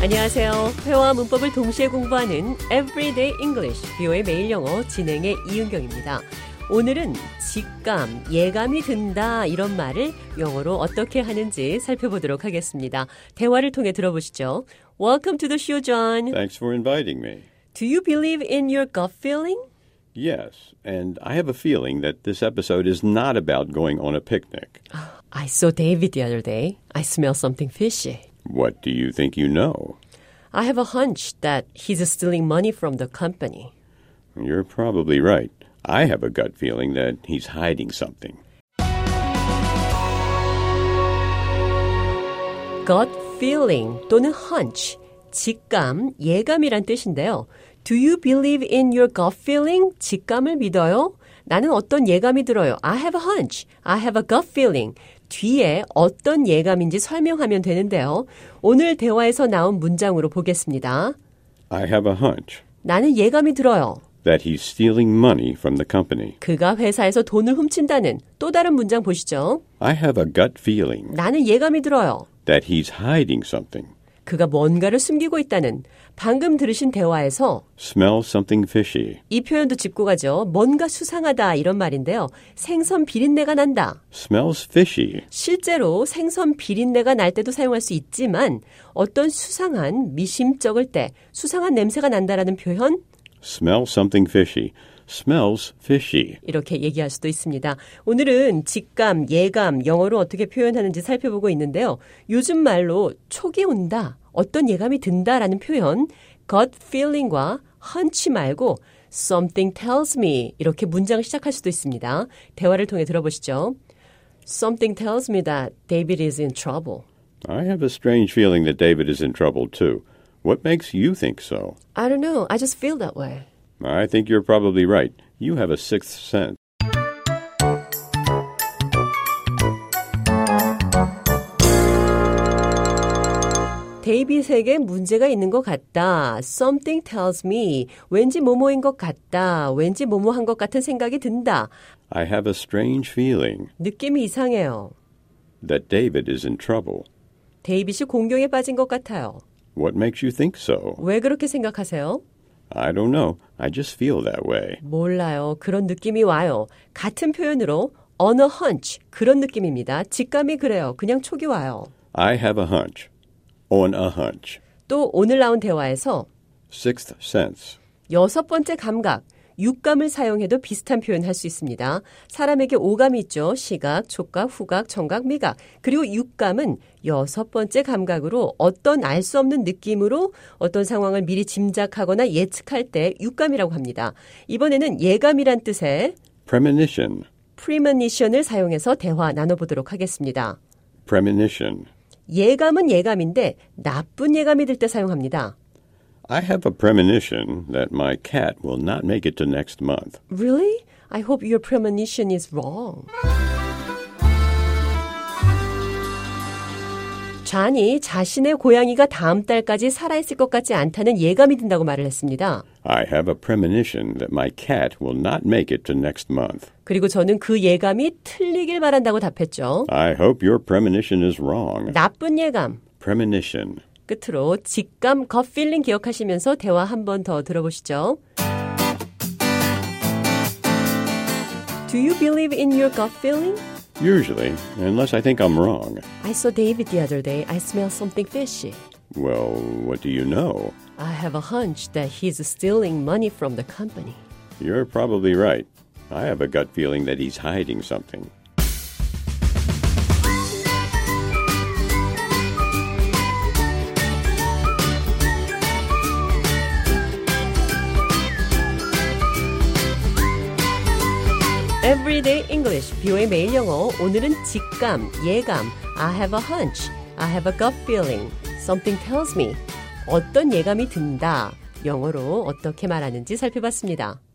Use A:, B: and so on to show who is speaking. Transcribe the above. A: 안녕하세요. 회화 문법을 동시에 공부하는 Everyday English, 뷰의 매일 영어 진행의 이은경입니다. 오늘은 직감, 예감이 든다 이런 말을 영어로 어떻게 하는지 살펴보도록 하겠습니다. 대화를 통해 들어보시죠. Welcome to the show, John.
B: Thanks for inviting me.
A: Do you believe in your gut feeling?
B: Yes, and I have a feeling that this episode is not about going on a picnic.
A: I saw David the other day. I smell something fishy.
B: What do you think you know?
A: I have a hunch that he's stealing money from the company.
B: You're probably right. I have a gut feeling that he's hiding something.
A: gut feeling 또는 hunch, 직감, 예감이란 뜻인데요. Do you believe in your gut feeling? 직감을 믿어요? 나는 어떤 예감이 들어요. I have a hunch. I have a gut feeling. 뒤에 어떤 예감인지 설명하면 되는데요. 오늘 대화에서 나온 문장으로 보겠습니다.
B: I have a hunch
A: 나는 예감이 들어요.
B: that he's stealing money from the company.
A: 그가 회사에서 돈을 훔친다는 또 다른 문장 보시죠.
B: I have a gut feeling
A: 나는 예감이 들어요.
B: that he's hiding something.
A: 그가 뭔가를 숨기고 있다는 방금 들으신 대화에서
B: Smell something fishy.
A: 이 표현도 짚고 가죠. 뭔가 수상하다 이런 말인데요. 생선 비린내가 난다.
B: Smells fishy.
A: 실제로 생선 비린내가 날 때도 사용할 수 있지만 어떤 수상한 미심쩍을 때 수상한 냄새가 난다라는 표현
B: Smell something fishy. Smells fishy.
A: 이렇게 얘기할 수도 있습니다. 오늘은 직감, 예감, 영어로 어떻게 표현하는지 살펴보고 있는데요. 요즘 말로 촉이 온다, 어떤 예감이 든다라는 표현, gut feeling과 hunch 말고 something tells me 이렇게 문장을 시작할 수도 있습니다. 대화를 통해 들어보시죠. Something tells me that David is in trouble.
B: I have a strange feeling that David is in trouble, too. What makes you think so?
A: I don't know. I just feel that way.
B: I think you're probably right. You have a sixth sense.
A: 데이빗에게 문제가 있는 것 같다. Something tells me. 왠지 뭐뭐인 것 같다. 왠지 뭐뭐한 것 같은 생각이 든다.
B: I have a strange feeling
A: 느낌이 이상해요.
B: that David is in trouble.
A: 데이빗이 공경에 빠진 것 같아요.
B: What makes you think so?
A: 왜 그렇게 생각하세요?
B: I don't know. I just feel that way.
A: 몰라요. 그런 느낌이 와요. 같은 표현으로 on a hunch 그런 느낌입니다. 직감이 그래요. 그냥 촉이 와요.
B: I have a hunch. On a hunch.
A: 또 오늘 나온 대화에서
B: Sixth sense.
A: 여섯 번째 감각, 육감을 사용해도 비슷한 표현할 수 있습니다. 사람에게 오감이 있죠. 시각, 촉각, 후각, 청각, 미각. 그리고 육감은 여섯 번째 감각으로 어떤 알 수 없는 느낌으로 어떤 상황을 미리 짐작하거나 예측할 때 육감이라고 합니다. 이번에는 예감이란 뜻의
B: Premonition.
A: premonition을 사용해서 대화 나눠보도록 하겠습니다.
B: Premonition.
A: 예감은 예감인데 나쁜 예감이 들 때 사용합니다.
B: I have a premonition that my cat will not make it to next month.
A: Really? I hope your premonition is wrong. 잔이 자신의 고양이가 다음 달까지 살아있을 것 같지 않다는 예감이 든다고 말을 했습니다.
B: I have a premonition that my cat will not make it to next month.
A: 그리고 저는 그 예감이 틀리길 바란다고 답했죠.
B: I hope your premonition is wrong.
A: 나쁜 예감.
B: Premonition.
A: 끝으로 직감, 겉 필링 기억하시면서 대화 한 번 더 들어보시죠. Do you believe in your gut feeling?
B: Usually, unless I think I'm wrong.
A: I saw David the other day. I smell something fishy.
B: Well, what do you know?
A: I have a hunch that he's stealing money from the company.
B: You're probably right. I have a gut feeling that he's hiding something.
A: Everyday English, 뷰의 매일 영어. 오늘은 직감, 예감. I have a hunch. I have a gut feeling. Something tells me. 어떤 예감이 든다. 영어로 어떻게 말하는지 살펴봤습니다.